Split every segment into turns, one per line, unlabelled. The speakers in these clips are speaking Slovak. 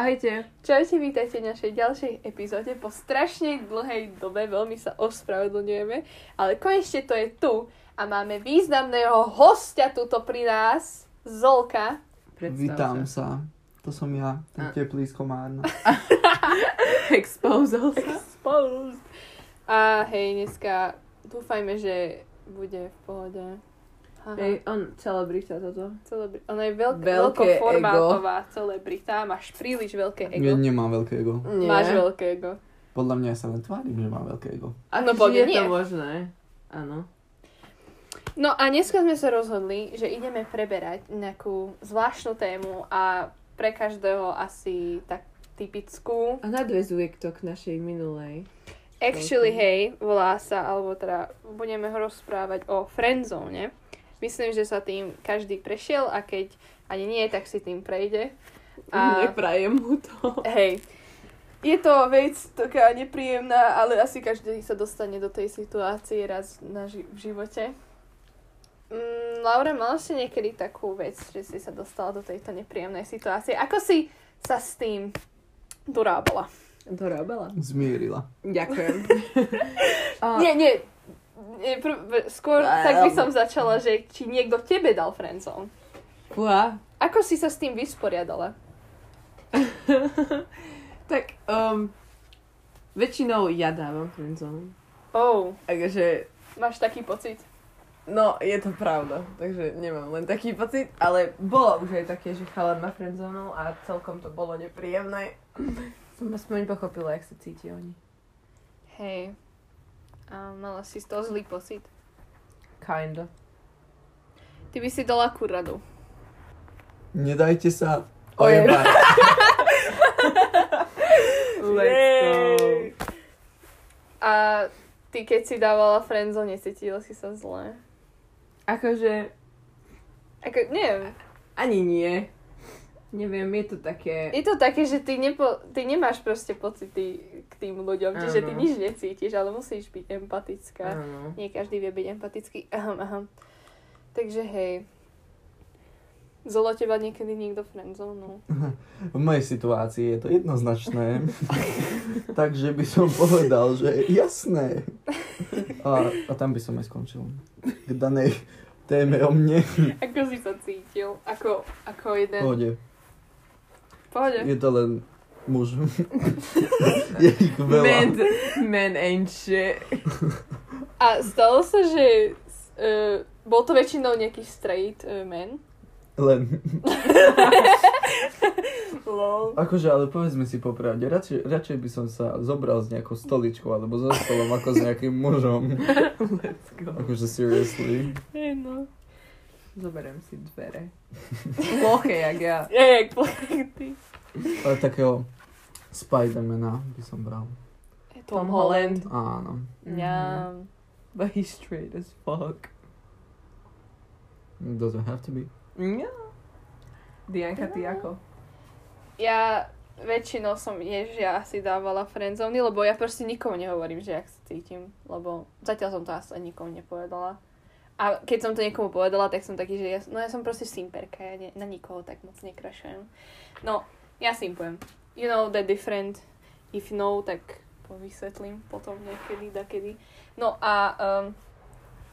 Ahojte.
Čaute, vítajte v našej ďalšej epizóde. Po strašnej dlhej dobe veľmi sa ospravedlňujeme, ale konečne to je tu a máme významného hostia tuto pri nás, Zolka.
Predstav
Vítam
sa.
sa. To som ja,
A.
ten teplý z Komárna.
Exposol sa.
Spolu. A hej, dneska dúfajme, že bude v pohode. Haha.
Hej, on celebrita toto.
Celebri- ona je veľk-
Veľké
veľkoformátová celebrita, máš príliš veľké
Ja
ego.
nemám veľké ego.
Nie.
Máš veľké ego.
Podľa mňa ja sa len tvárim, že mám veľké ego.
Akože
No podľa
je to
nie.
možné. Áno.
No a dneska sme sa rozhodli, že ideme preberať nejakú zvláštnu tému a pre každého asi tak typickú.
A nadvezuje to k našej minulej.
Actually,
Veľkú.
hej, volá sa, alebo teda budeme ho rozprávať o friendzone. Myslím, že sa tým každý prešiel a keď ani nie, tak si tým prejde.
A...
A-
Neprajem mu to.
Hej, je to vec taká nepríjemná, ale asi každý sa dostane do tej situácie raz na ži- v živote. Mm, Laura, mala si niekedy takú vec, že si sa dostala do tejto nepríjemnej situácie? Ako si sa s tým dorábala?
Dorabela.
Zmierila.
Ďakujem. a,
A... Nie, nie, nie pr- pr- skôr
Á,
tak by
alebo-
som začala, že či niekto tebe dal friendzone.
Fua.
Ako si sa s tým vysporiadala?
tak um, väčšinou ja dávam friendzone. Akože
Oh,
Takže
máš taký pocit?
No, je to pravda, takže nemám len taký pocit, ale bolo už aj také, že chalan ma friendzonul a celkom to bolo nepríjemné. Som aspoň pochopila, jak sa cíti oni.
Hej, a mala si z toho zlý pocit.
Kinda.
Ty by si dala akú radu?
Nedajte sa
Ojem.
ojebať.
Yay! A ty keď si dávala friendzo, necítila si sa zle?
Akože,
Ako, neviem.
ani nie. Neviem, je to také...
Je to také, že ty, nepo, ty nemáš proste pocity k tým ľuďom, čiže ty
Áno.
nič necítiš, ale musíš byť empatická.
Áno.
Nie každý vie byť empatický. Aham, aham. Takže hej. Zolo teba niekedy niekto friendzónu.
V mojej situácii je to jednoznačné. Takže by som povedal, že jasné. A, a tam by som aj skončil. K danej téme o mne.
Ako si sa cítil? Ako, ako jeden...
Pohode.
Pohode.
Je to len muž. Je ich veľa.
man ain't shit.
A stalo sa, že uh, bol to väčšinou nejaký straight uh, man.
Len.
Lol.
Akože, ale povedzme si popravde, radšej, radšej by som sa zobral s nejakou stoličkou alebo so stolom ako s nejakým mužom.
Let's go.
Akože seriously.
Hej, no.
Zoberiem si dvere. Ploché, jak ja.
Hej, jak plakaj ty.
Ale takého Spidermana by som bral.
Tom Holland.
Áno.
Ňam.
Mhm. But he's straight as fuck.
Doesn't have to be.
Ja. Dianka, ty ako?
Ja väčšinou som, jež, ja asi dávala friendzóny, lebo ja proste nikomu nehovorím, že jak sa cítim, lebo zatiaľ som to asi nikomu nepovedala. A keď som to niekomu povedala, tak som taký, že ja, no ja som proste simperka, ja ne, na nikoho tak moc nekrašujem. No, ja simpujem. You know the different, if no, tak povysvetlím potom niekedy, dakedy. No a um,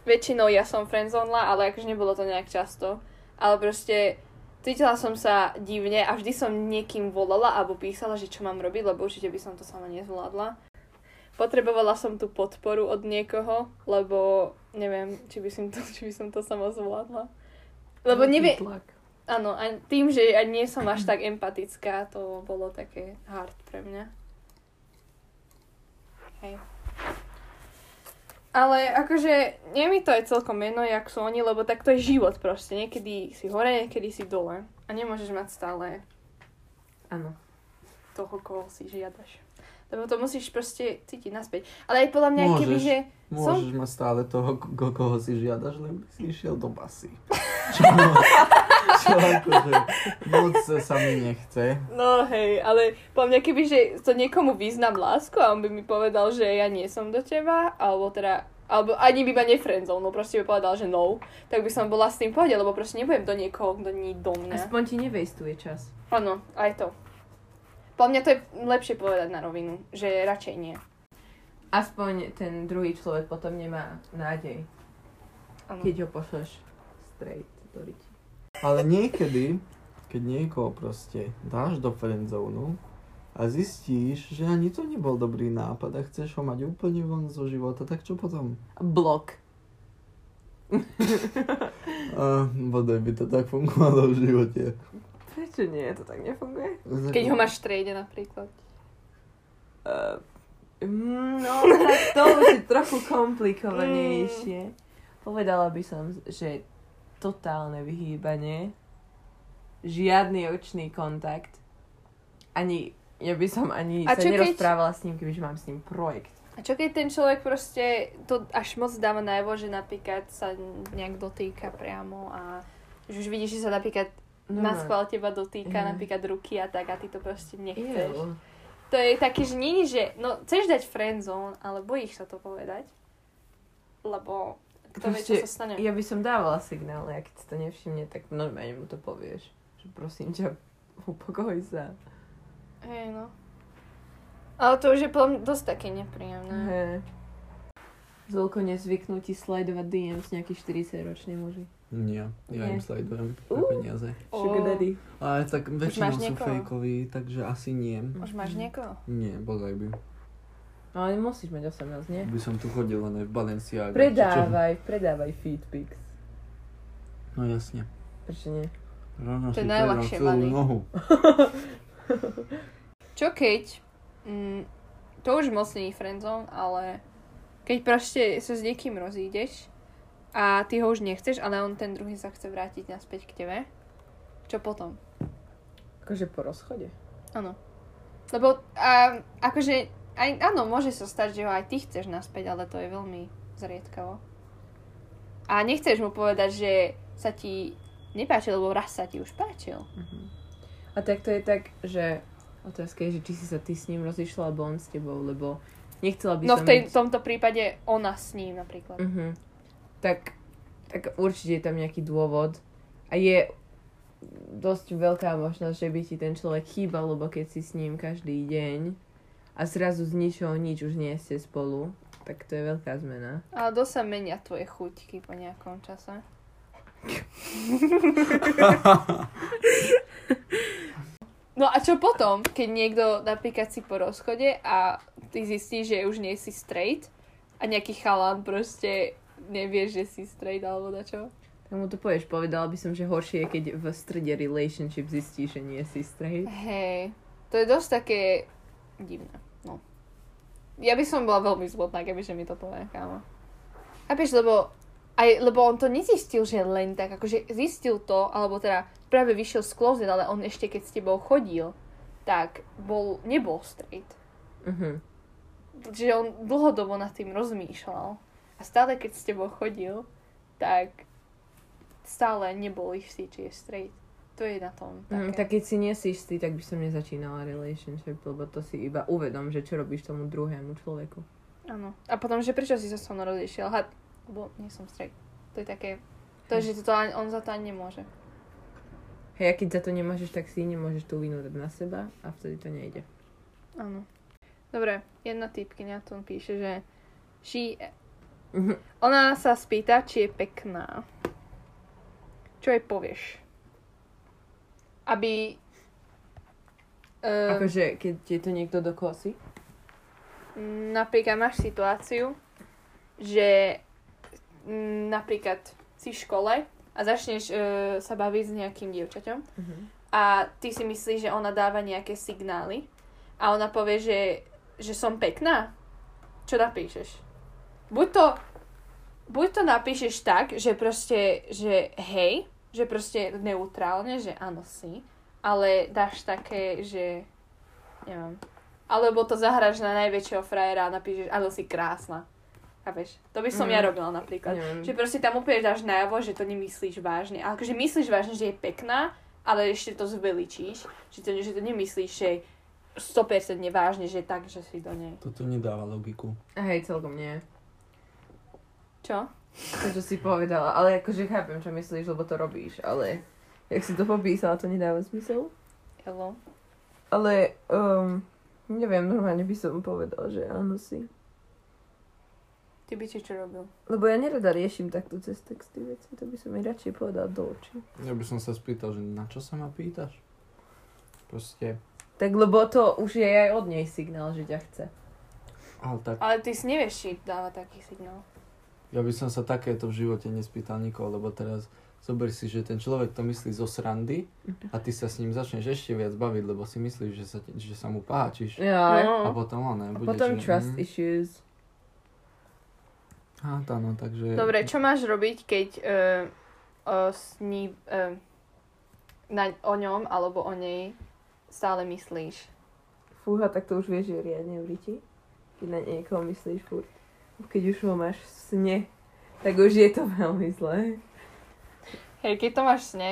väčšinou ja som friendzonla, ale akože nebolo to nejak často. Ale proste cítila som sa divne a vždy som niekým volala alebo písala, že čo mám robiť, lebo určite by som to sama nezvládla. Potrebovala som tú podporu od niekoho, lebo neviem, či by som to, či by som to sama zvládla.
No,
Lebo nevie, Áno, a tým, že ja nie som až tak empatická, to bolo také hard pre mňa. Hej. Ale akože, nie mi to aj celkom meno, jak sú oni, lebo tak to je život proste. Niekedy si hore, niekedy si dole. A nemôžeš mať stále
Áno.
toho, koho si žiadaš. Lebo to musíš proste cítiť naspäť. Ale aj podľa mňa,
Môžeš.
keby, že...
Môžeš mať stále toho, ko- koho si žiadaš, len by si išiel do basy. Čo, čo akože, moc sa mi nechce.
No hej, ale po mňa keby, že to niekomu význam lásku a on by mi povedal, že ja nie som do teba, alebo teda, alebo ani by ma nefriendzol, no proste by povedal, že no, tak by som bola s tým v pohode, lebo proste nebudem do niekoho, kto nie je do mňa.
Aspoň ti nevejstuje čas.
Áno, aj to. Po mňa to je lepšie povedať na rovinu, že radšej nie.
Aspoň ten druhý človek potom nemá nádej,
Áno.
keď ho pošleš straight do ryti.
Ale niekedy, keď niekoho proste dáš do friendzónu a zistíš, že ani to nebol dobrý nápad a chceš ho mať úplne von zo života, tak čo potom?
Blok.
Uh, bodaj by to tak fungovalo v živote.
Prečo nie? To tak nefunguje?
Keď ho máš v strede napríklad.
Uh, no, tak to už je trochu
Mm.
komplikovanejšie. Povedala by som, že totálne vyhýbanie, žiadny očný kontakt, ani ja by som ani
A
sa
čo keď-
nerozprávala s ním, kebyže mám s ním projekt.
A čo keď ten človek proste to až moc dáva najavo, že napríklad sa nejak dotýka priamo a že už vidíš, že sa napríklad no, na schvál teba dotýka,
Mhm.
napríklad ruky a tak a ty to proste nechceš.
Ew.
To je také, že nie, že no, chceš dať friendzone, ale bojíš sa to povedať. Lebo kto vie, čo
Proste,
sa stane.
Ja by som dávala signály, a keď si to nevšimne, tak normálne mu to povieš. Že prosím ťa, upokoj sa.
Hej, no. Ale to už je podľa mňa dosť také nepríjemné.
He. Zolko nezvyknú ti slajdovať DMs nejakí 40-roční muži.
Nie, ja
Nie.
im slajdujem
Uh.
uh. peniaze.
O,
Sugar daddy.
Ale tak väčšinou sú
niekoho?
fejkoví, takže asi nie.
Už máš
Mhm.
niekoho?
Nie, bodaj by.
No ale musíš mať 18, nie?
By som tu chodil len v Balenciaga.
Predávaj, predávaj feedpics.
No jasne.
Prečo nie?
Rovno
To je
si predám
najľahšie,
celú
Vali.
nohu.
Čo keď, mm, to už moc nie je friendzone, ale keď proste sa s niekým rozídeš a ty ho už nechceš, ale on ten druhý sa chce vrátiť naspäť k tebe, čo potom?
Akože po rozchode.
Áno. Lebo a, akože, aj, áno, môže sa stať, že ho aj ty chceš naspäť, ale to je veľmi zriedkavo. A nechceš mu povedať, že sa ti nepáčil, lebo raz sa ti už páčil.
A tak to je tak, že otázka je, že či si sa ty s ním rozišla, alebo on s tebou, lebo nechcela by
No
som...
v tej, tomto prípade ona s ním napríklad.
Mhm. Tak, tak určite je tam nejaký dôvod. A je dosť veľká možnosť, že by ti ten človek chýbal, lebo keď si s ním každý deň a zrazu z ničoho nič už nie ste spolu, tak to je veľká zmena.
Ale dosť sa menia tvoje chuťky po nejakom čase. No a čo potom, keď niekto napríklad si po rozchode a ty zistíš, že už nie si straight a nejaký chalán proste nevie, že si straight alebo na čo?
Tak mu to povieš, povedala by som, že horšie je, keď v strede relationship zistíš, že nie si straight.
Hej, to je dosť také divné, no. Ja by som bola veľmi zlotná, keby že mi to povedal kámo. A vieš, lebo, aj, lebo on to nezistil, že len tak, akože zistil to, alebo teda práve vyšiel z closet, ale on ešte keď s tebou chodil, tak bol, nebol straight.
Mhm.
Že on dlhodobo nad tým rozmýšľal. A stále keď s tebou chodil, tak stále nebol istý, či je straight. To je na tom také.
Mm, tak keď si nie si istý, tak by som nezačínala relationship, lebo to si iba uvedom, že čo robíš tomu druhému človeku.
Áno. A potom, že prečo si sa so mnou rozišiel? Ha, lebo nie som straight. To je také... To je, že to ani, on za to ani nemôže.
Hej, a keď za to nemôžeš, tak si nemôžeš tú vinu dať na seba a vtedy to nejde.
Áno. Dobre, jedna typkyňa tu píše, že she...
Mhm.
Ona sa spýta, či je pekná. Čo jej povieš? Aby... Um,
Akože, keď je to niekto do kosy?
Mm, Napríklad máš situáciu, že mm, napríklad si v škole a začneš e, sa baviť s nejakým dievčaťom
Mhm.
a ty si myslíš, že ona dáva nejaké signály a ona povie, že, že som pekná. Čo napíšeš? Buď to, buď to napíšeš tak, že proste, že hej, že proste neutrálne, že áno si, ale dáš také, že neviem, alebo to zahraš na najväčšieho frajera a napíšeš, áno si krásna. Chápeš? To by som
Mm.
ja robila napríklad.
Neviem.
Že proste tam úplne dáš najavo, že to nemyslíš vážne. Ale akože myslíš vážne, že je pekná, ale ešte to zveličíš. Že to, že to nemyslíš, že 100% vážne, že tak, že si do nej.
Toto nedáva logiku.
A hej, celkom nie.
Čo?
To, čo si povedala. Ale akože chápem, čo myslíš, lebo to robíš. Ale jak si to popísala, to nedáva zmysel.
Hello?
Ale, um, neviem, normálne by som povedal, že áno si.
Ty by ti čo robil?
Lebo ja nerada riešim takto cez texty veci, to by som mi radšej povedal do očí.
Ja by som sa spýtal, že na čo sa ma pýtaš? Proste,
Tak lebo to už je aj od nej signál, že ťa chce.
ale tak,
Ale ty si nevieš, či dáva taký signál.
ja by som sa takéto v živote nespýtal nikoho, lebo teraz zober si, že ten človek to myslí zo srandy
Mhm.
a ty sa s ním začneš ešte viac baviť, lebo si myslíš, že sa, že sa mu páčiš.
Ja.
A
No.
potom on
A
nebude.
potom trust
Mm,
issues.
á, tá, no, takže...
Dobre, čo máš robiť, keď uh, uh, sní, uh, na, o ňom alebo o nej stále myslíš?
Fúha, tak to už vieš, že riadne vriti. Keď na niekoho myslíš furt. Keď už ho máš v sne, tak už je to veľmi zlé.
Hej, keď to máš v sne,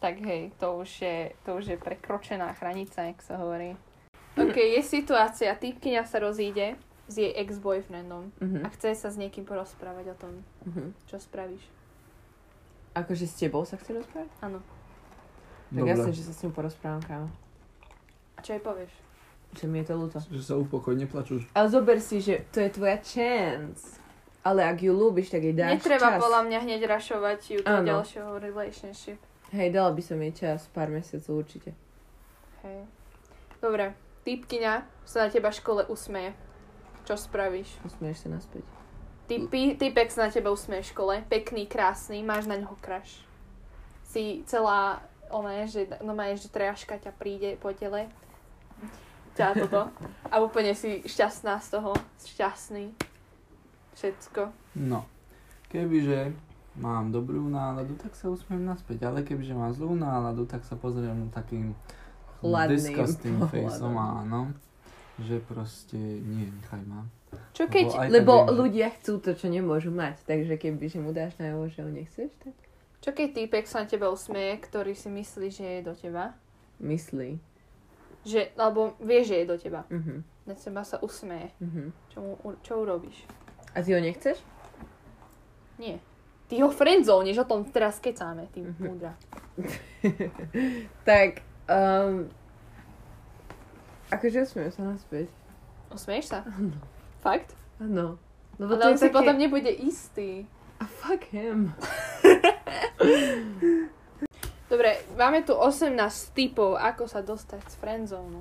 tak hej, to už je, to už je prekročená hranica, jak sa hovorí.
Mm.
OK, je situácia, týpkyňa sa rozíde s jej ex-boyfriendom a
Mhm.
chce sa s niekým porozprávať o tom,
Mhm.
čo spravíš.
Akože s tebou sa chce rozprávať?
Áno.
Tak jasne, že sa s ňou porozprávam, kámo.
A čo jej povieš?
Že mi je to ľúto.
Že sa upokoj, neplačuš.
Ale zober si, že to je tvoja chance. Ale ak ju ľúbiš, tak jej dáš
Netreba
čas.
podľa mňa hneď rašovať ju do
Áno.
ďalšieho relationship.
Hej, dala by som jej čas, pár mesiacov určite.
Hej. Dobre, týpkyňa sa na teba v škole usmeje. Čo spravíš?
Usmieš sa naspäť.
Typy, typek sa na teba usmeje v škole, pekný, krásny, máš na ňoho crush. Si celá, ona je, že, no má je, že triaška ťa príde po tele. Ťa toto. A úplne si šťastná z toho, šťastný. Všetko.
No, kebyže mám dobrú náladu, tak sa usmiem naspäť, ale kebyže mám zlú náladu, tak sa pozriem takým
Chladným
disgusting no
pohľadom.
faceom, áno. Že proste, nie, nechaj ma.
Čo keď...
Lebo aj tak
Lebo
viem, že-
ľudia chcú to, čo nemôžu mať. Takže keby že mu dáš najavo, že ho nechceš, tak
Čo keď týpek sa na teba usmeje, ktorý si myslí, že je do teba?
myslí.
Že, alebo vie, že je do teba.
Mhm,
Na teba sa usmeje.
mhm.
Čo, mu, čo urobíš?
A ty ho nechceš?
Nie. Ty ho friendzóneš, o tom teraz kecáme, ty
Mhm.
múdra.
Tak, um, akože usmiem sa naspäť.
Osmeješ sa?
Áno.
Fakt?
Áno. Lebo
Ale on si potom nebude istý.
A fuck him.
Dobre, máme tu 18 typov, ako sa dostať z friendzónu.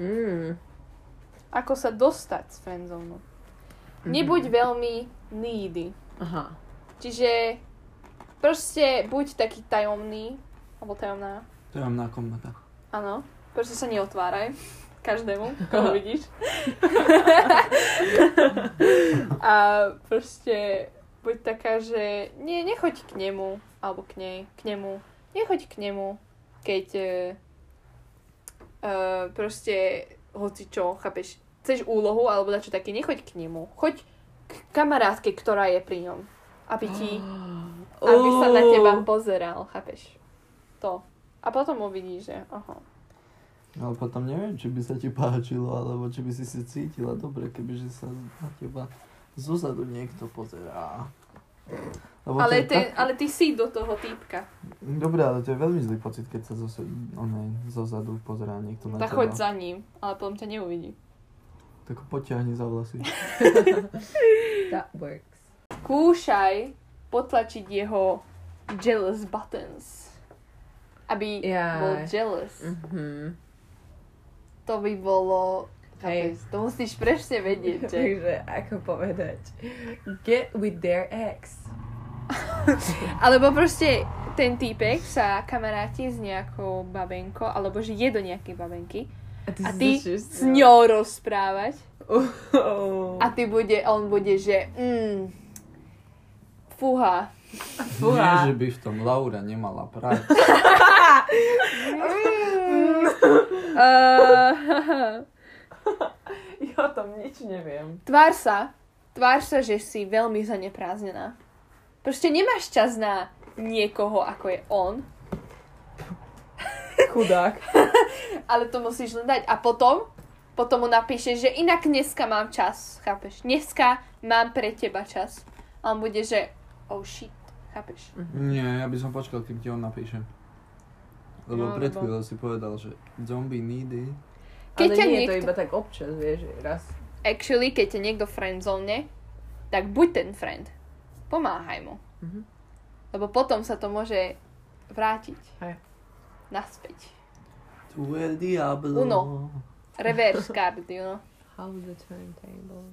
Mm.
Ako sa dostať z friendzónu. Nebuď veľmi needy.
Aha.
Čiže proste buď taký tajomný, alebo tajomná.
To je na komnata.
Áno. Proste sa neotváraj každému, koho vidíš. A proste buď taká, že nie, nechoď k nemu, alebo k nej, k nemu. Nechoď k nemu, keď e, e, proste hoci čo, chápeš, chceš úlohu alebo dačo také, nechoď k nemu. Choď k kamarátke, ktorá je pri ňom. Aby ti, aby sa na teba pozeral, chápeš. To. A potom uvidíš, že aha.
Ale potom neviem, či by sa ti páčilo, alebo či by si si cítila dobre, kebyže sa na teba zozadu niekto pozerá. Lebo to
Ale,
je
ten, ale ty si do toho týpka.
Dobre, ale to je veľmi zlý pocit, keď sa zo, one, zozadu pozerá niekto na
Tak
teba.
choď za ním, ale potom ťa neuvidí.
Tak ho potiahni za vlasy.
That works.
Kúšaj potlačiť jeho jealous buttons. Aby
Jaj.
bol jealous.
Mhm.
To by bolo...
Hej.
Chápeš, to musíš presne vedieť, že...
Takže ako povedať? Get with their ex.
Alebo proste ten týpek sa kamaráti s nejakou babenkou, alebo že je do nejakej babenky a ty s
No.
ňou rozprávať
Oh.
a ty bude, on bude, že mm, fúha,
Fúha.
Nie, že by v tom Laura nemala prácu.
Uh,
Ja o tom nič neviem.
tvár sa, tvár sa, že si veľmi zanepráznená. Proste nemáš čas na niekoho, ako je on,
Chudák.
ale to musíš len dať. A potom, potom mu napíšeš, že inak dneska mám čas, chápeš? Dneska mám pre teba čas. A on bude, že oh shit, chápeš?
Nie, ja by som počkal, kým ti on napíše. Lebo
No,
pred
lebo-
chvíľou si povedal, že don't be needy.
Keď
Keď ale
ťa
nie je to
niekto-
iba tak občas, vieš, že raz.
Actually, keď ťa niekto friendzone, tak buď ten friend. Pomáhaj mu.
Mhm.
Lebo potom sa to môže vrátiť.
Hej.
Naspäť.
Tu je diablo.
Uno. Reverse card, you know.
How the turntable.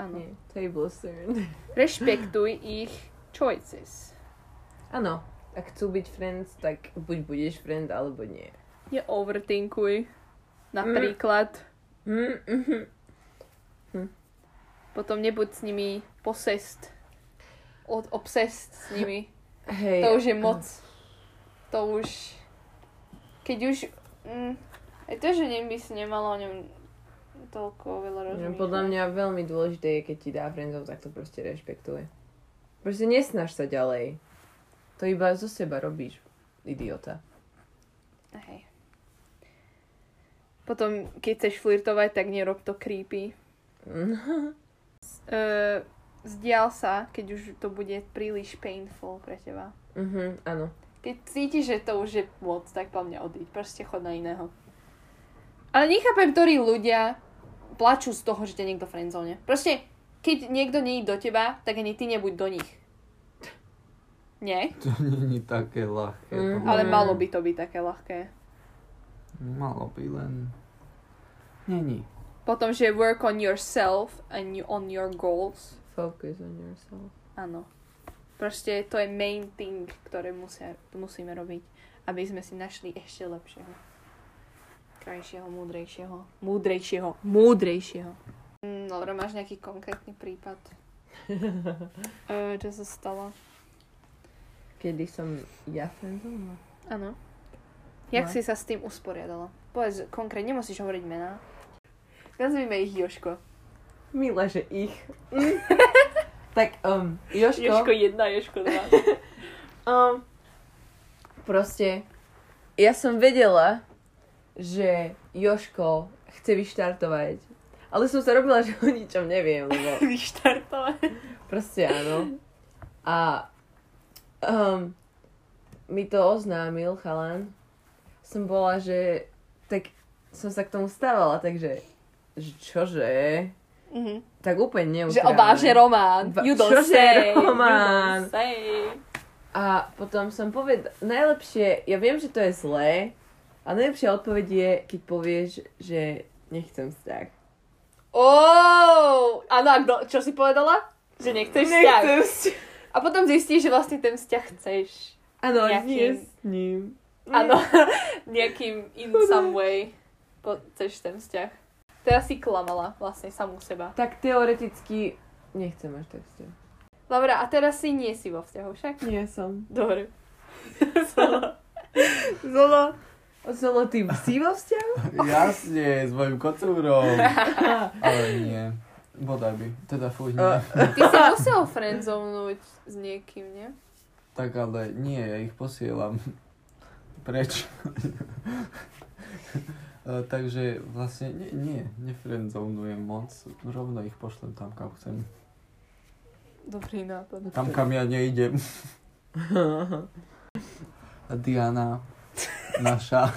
Áno.
Nie, table turn.
Rešpektuj ich choices.
Áno, ak chcú byť friends, tak buď budeš friend, alebo nie.
Neovertinkuj. Napríklad.
Mm, mhm.
Potom nebuď s nimi posest. Od obsest s nimi.
Hej. no.
To už je moc. To už... Keď už... Mm, aj to, že nem by si nemalo o ňom toľko veľa
No,
rozumieť.
Podľa mňa veľmi dôležité je, keď ti dá friendzone, tak to proste rešpektuje. Proste nesnaž sa ďalej. To iba zo seba robíš, idiota.
No, Hej. Potom, keď chceš flirtovať, tak nerob to creepy. Uh, zdial sa, keď už to bude príliš painful pre teba.
Mhm, áno.
Keď cítiš, že to už je moc, tak po mňa odíď. Proste chod na iného. Ale nechápem, ktorí ľudia plačú z toho, že ťa niekto friendzone. Proste, keď niekto nie je do teba, tak ani ty nebuď do nich. Nie?
To nie je také ľahké.
Mm,
podľa
Ale
mňa.
malo by to byť také ľahké.
Malo by len... Není.
Potom, že work on yourself and you on your goals.
Focus on yourself.
Áno. Proste to je main thing, ktoré musia, musíme robiť, aby sme si našli ešte lepšieho. Krajšieho, múdrejšieho. Múdrejšieho. Múdrejšieho. Mm, Dobre, máš nejaký konkrétny prípad? e, čo sa stalo?
Kedy som ja No. friendzone?
Áno. Jak
No.
si sa s tým usporiadala? Povedz konkrétne, nemusíš hovoriť mená. Nazvime ich Joško.
Milé, že ich. Mm. tak, um, Joško.
1, Joško 2.
Um, proste, ja som vedela, že Joško chce vyštartovať, ale som sa robila, že o ničom neviem, lebo
Vyštartovať.
proste áno. A um, mi to oznámil chalan. Som bola, že tak som sa k tomu stávala, takže že čože?
Mhm.
Tak úplne
Že
neutrálne.
obá, že Román.
Ba-
You don't
Čože
say.
Román?
You don't say.
A potom som povedal, najlepšie, ja viem, že to je zlé, a najlepšia odpoveď je, keď povieš, že nechcem vzťah.
Oh, áno, a kdo, čo si povedala? Že nechceš vzťah.
vzťah.
A potom zistíš, že vlastne ten vzťah chceš.
Áno,
Nejakým-
nie s ním.
Áno, nejakým in some way po, chceš ten vzťah. Teda si klamala vlastne samú seba.
Tak teoreticky nechcem až tak vzťah.
Laura, a teraz si nie si vo vzťahu však?
Nie som.
Dobre.
Zolo. Zolo, ty si vo vzťahu?
Jasne, s mojim kocúrom. Ale nie. Bodaj by. Teda fuj, nie.
Eh.
Ty si musel friendzonúť s niekým, nie?
Tak ale nie, ja ich posielam. Preč? E, Takže vlastne nie, nie nefriendzónujem moc, rovno ich pošlem tam, kam chcem.
Dobrý nápad.
Tam, kam ja neidem. A Diana, naša,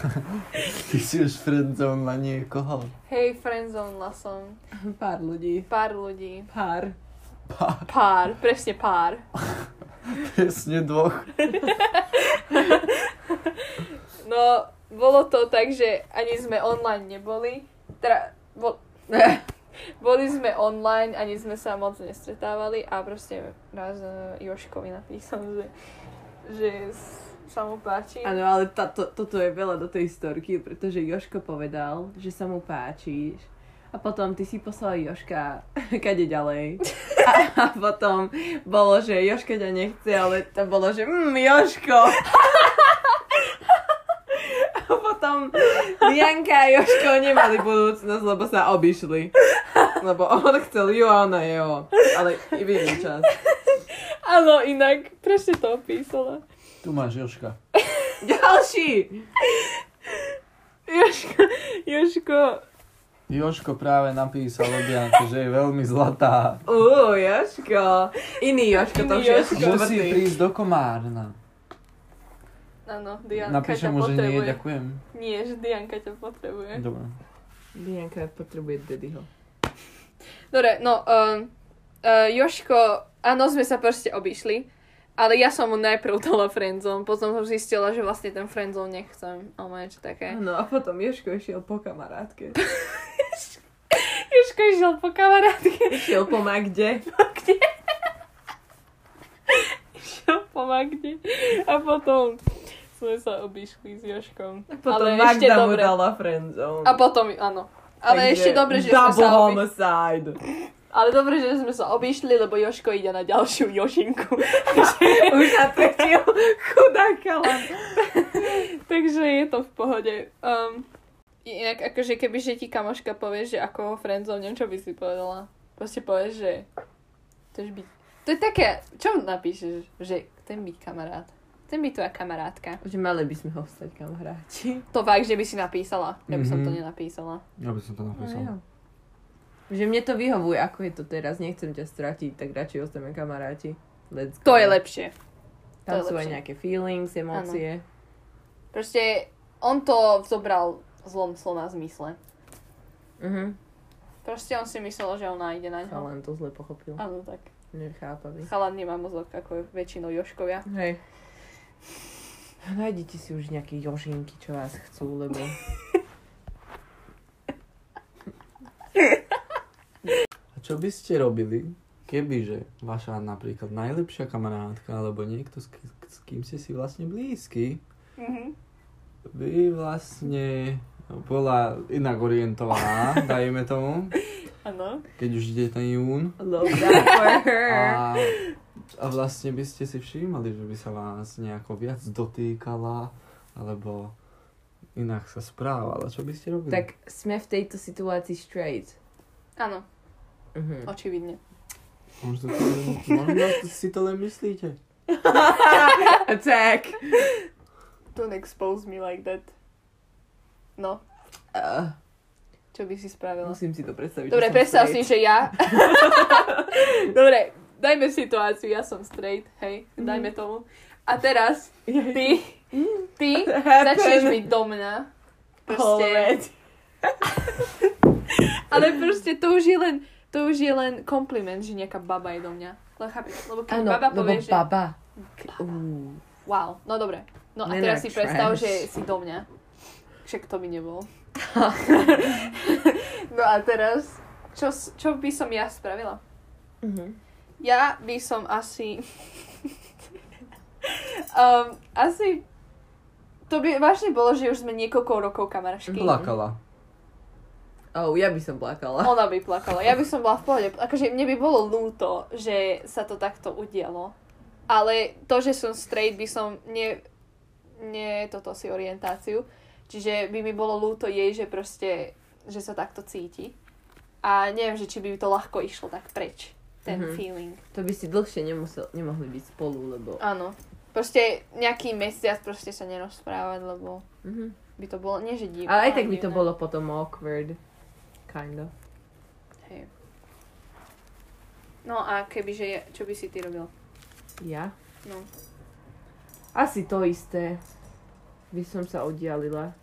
ty si už friendzone na niekoho.
Hej, friendzonla som.
Pár ľudí.
Pár ľudí.
Pár.
Pá,
Pár, presne pár.
presne dvoch.
No, bolo to tak, že ani sme online neboli. Teda, bol, boli sme online, ani sme sa moc nestretávali a proste raz eh, Joškovi napísal, že, že s- sa mu páči.
Áno, ale táto, toto je veľa do tej storky, pretože Joško povedal, že sa mu páčiš. A potom ty si poslal Joška kade ďalej. A, a potom bolo, že Joška ťa nechce, ale to bolo, že mm, Joško. A potom Janka a Joško nemali budúcnosť, lebo sa obišli. Lebo on chcel ju a ona jeho. Ale i v iný čas.
Áno, inak, presne to opísala.
Tu máš Joška.
Ďalší!
Joško, Joško,
Joško práve napísal o Dianke, že je veľmi zlatá.
Uuu, Joško. Iný Joško, to
Iný
už je
Joško.
Musí
štvrtý.
prísť do Komárna.
Áno, Dianka
Napíšem
ťa
mu, že nie,
potrebuje. Hm?
ďakujem.
nie, že Dianka ťa potrebuje.
Dobre.
Bianka potrebuje Daddyho.
Dobre, no, um, uh, Joško, áno, sme sa proste obišli, ale ja som mu najprv dala friendzone, potom som zistila, že vlastne ten friendzone nechcem, alebo niečo také.
Áno, a potom Joško išiel po kamarátke.
Joško išiel po kamarátke,
Išiel po Magde.
išiel po Magde a potom sme sa obišli s Joškom.
A potom
ale ešte
Magda mu
dobre.
dala friendzone.
A potom, áno. Ale
Takže
ešte dobre, že sme
double
sa obi...
homicide.
Ale dobre, že sme sa obišli, lebo Joško ide na ďalšiu Jošinku.
Už zatrtil chudáka len.
Takže je to v pohode. Um, inak akože keby že ti kamoška povieš, že ako ho friendzone, čo by si povedala? Proste povieš, že chceš byť... To je také, čo mu napíšeš? Že chcem byť kamarát. Chcem byť tvoja kamarátka.
Že mali by sme ho vstať kam hráči.
To fakt, že by si napísala. Ja by som to
Mhm.
nenapísala.
Ja by som to napísal.
No Že mne to vyhovuje, ako je to teraz. Nechcem ťa stratiť, tak radšej ostaneme kamaráti. Let's go.
To je lepšie.
Tam
to je
sú aj
lepšie.
nejaké feelings, emócie.
Proste on to zobral v zlom slova zmysle.
Mhm.
Proste on si myslel, že ona ide na ňo.
Chalan to zle pochopil.
Áno, tak.
Nechápavý.
Chalan nemá mozog ako väčšinou Joškovia.
Hej. Nájdite si už nejaké jožinky, čo vás chcú, lebo...
A čo by ste robili, kebyže vaša napríklad najlepšia kamarátka alebo niekto, s, k- s kým ste si vlastne blízky,
Mhm.
by vlastne bola inak orientovaná, dajme tomu,
Áno.
keď už ide ten jún.
Love that for her.
A, a vlastne by ste si všímali, že by sa vás nejako viac dotýkala, alebo inak sa správala. Čo by ste robili?
Tak sme v tejto situácii straight.
Áno,
Mhm.
očividne.
Možno, to, možno si to len myslíte.
tak.
Don't expose me like that. No,
Uh,
čo by si spravila?
musím si to predstaviť.
Dobre,
No. že som
predstav si,
straight.
že ja... Dobre, dajme situáciu, ja som straight, hej,
Mhm.
dajme tomu. A teraz ty, ty začneš byť do mňa. Proste,
Alright.
ale proste to už je len, to už je len kompliment, že nejaká baba je do mňa. Lebo, chápeš, lebo keď
Áno,
baba
lebo
povie, že...
baba. Uú.
Wow, no dobre. No a
Nená
teraz si predstav,
trash.
že si do mňa. Však to by nebol. no a teraz, čo, s- čo by som ja spravila?
Mhm.
Ja by som asi... um, asi... To by vážne bolo, že už sme niekoľko rokov kamaršky.
Plakala.
Oh, ja by som plakala.
Ona by plakala. Ja by som bola v pohode. Akože mne by bolo ľúto, že sa to takto udialo. Ale to, že som straight, by som ne... Ne toto si orientáciu. Čiže by mi bolo ľúto jej, že proste, že sa takto cíti. A neviem, že či by to ľahko išlo tak preč. Ten
Mhm.
feeling.
To by ste dlhšie nemusel, nemohli byť spolu, lebo...
Áno. Proste nejaký mesiac proste sa nerozprávať, lebo
Mhm.
by to bolo, nie že divné.
Ale aj tak by to
divné.
bolo potom awkward. Kind of.
Hej. No a kebyže, je- čo by si ty robil?
Ja?
No.
Asi to isté. By som sa oddialila.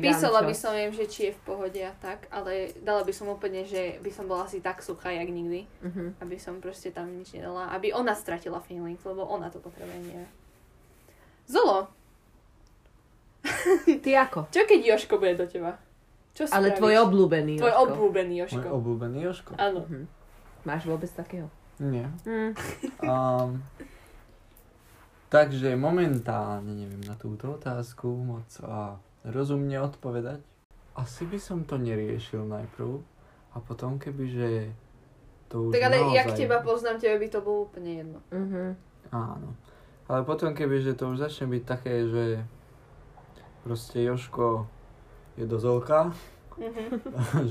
Radšej dám
písala by
čas.
som im, že či je v pohode a tak, ale dala by som úplne, že by som bola asi tak suchá, jak nikdy.
Mhm.
Aby som proste tam nič nedala. Aby ona stratila feeling, lebo ona to potrebuje, nie. Zolo,
Ty ako?
čo keď Joško bude do teba? Čo
Ale
spravíš?
tvoj obľúbený
Tvoj
Jožko.
obľúbený
Môj
Joško.
obľúbený Joško.
Áno.
Mhm. Máš vôbec takého?
Nie.
Mm.
Um, takže momentálne neviem na túto otázku moc a rozumne odpovedať. Asi by som to neriešil najprv a potom kebyže to už
Tak ale
naozaj...
jak teba poznám, tebe by to bolo úplne jedno.
Mhm.
Áno. Ale potom kebyže to už začne byť také, že proste Joško je do zolka,
Mhm.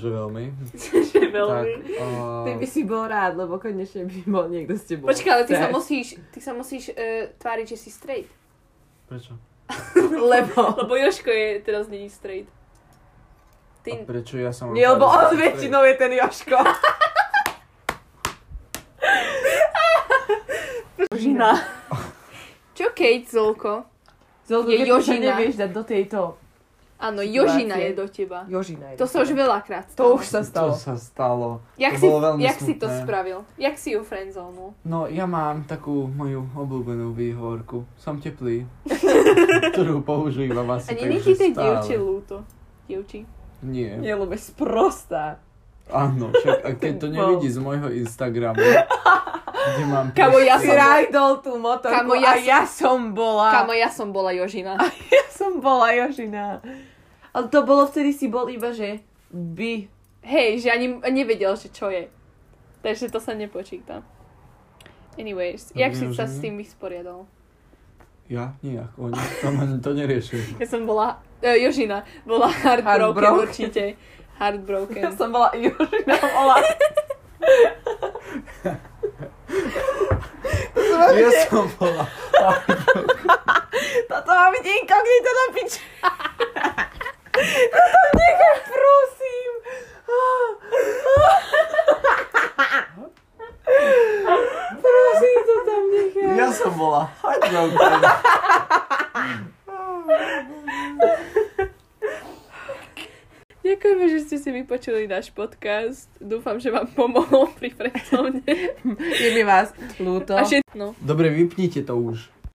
že veľmi,
Že
tak...
veľmi.
Ty
Uh,
by si bol rád, lebo konečne by bol niekto s tebou.
Počkaj, ale ty sa
Chceš.
musíš, ty sa musíš eh, tváriť, že si straight.
prečo?
Lebo...
Lebo Joško je teraz není straight.
A
Ty...
prečo ja som...
Nie, lebo on no- väčšinou je ten Joško.
Žina. Čo Kate, Zolko?
Zelko,
Je
keby sa
Jožina.
nevieš dať do tejto.
Áno,
Situácie.
Jožina je do teba.
Jožina je
To
do
sa už
teba.
veľakrát
To
stalo.
už sa stalo.
To sa stalo.
Jak,
to
si,
bolo veľmi
jak si to
smutné.
spravil? Jak si ju friendzónul?
No, ja mám takú moju obľúbenú výhovorku. Som teplý. ktorú používam
A
asi tak,
není
že
ti tej
stále.
dievči ľúto? Dievči.
Nie.
Je lebo je sprostá.
Áno, však a keď to
Ty
nevidí z môjho Instagramu, kde mám...
Kamo, ja
Si
som, bol,
rajdol tú motorku
Kamo,
ja
ja
a ja som bola.
kamo, ja som bola Jožina.
Ja som bola Jožina. Ale to bolo vtedy si bol iba, že by.
Hej, že ani nevedel, že čo je. Takže to sa nepočíta. Anyways,
Ja
jak si
viem,
sa
že
s
nie.
tým vysporiadal?
Ja? Nijako, oni to, ma- to neriešim.
Ja som bola, e, Jožina, bola heartbroken,
Heartbroken.
určite. Heartbroken.
Ja som bola Jožina bola.
Ja som bola...
Toto má byť inkognito do piče. Toto nechaj, prosím. prosím, to tam nechaj.
Ja som bola... heartbroken.
Ďakujeme, že ste si vypočuli náš podcast. Dúfam, že vám pomohol pri predstavne.
Je mi vás ľúto.
A že... No.
Dobre, vypnite to už.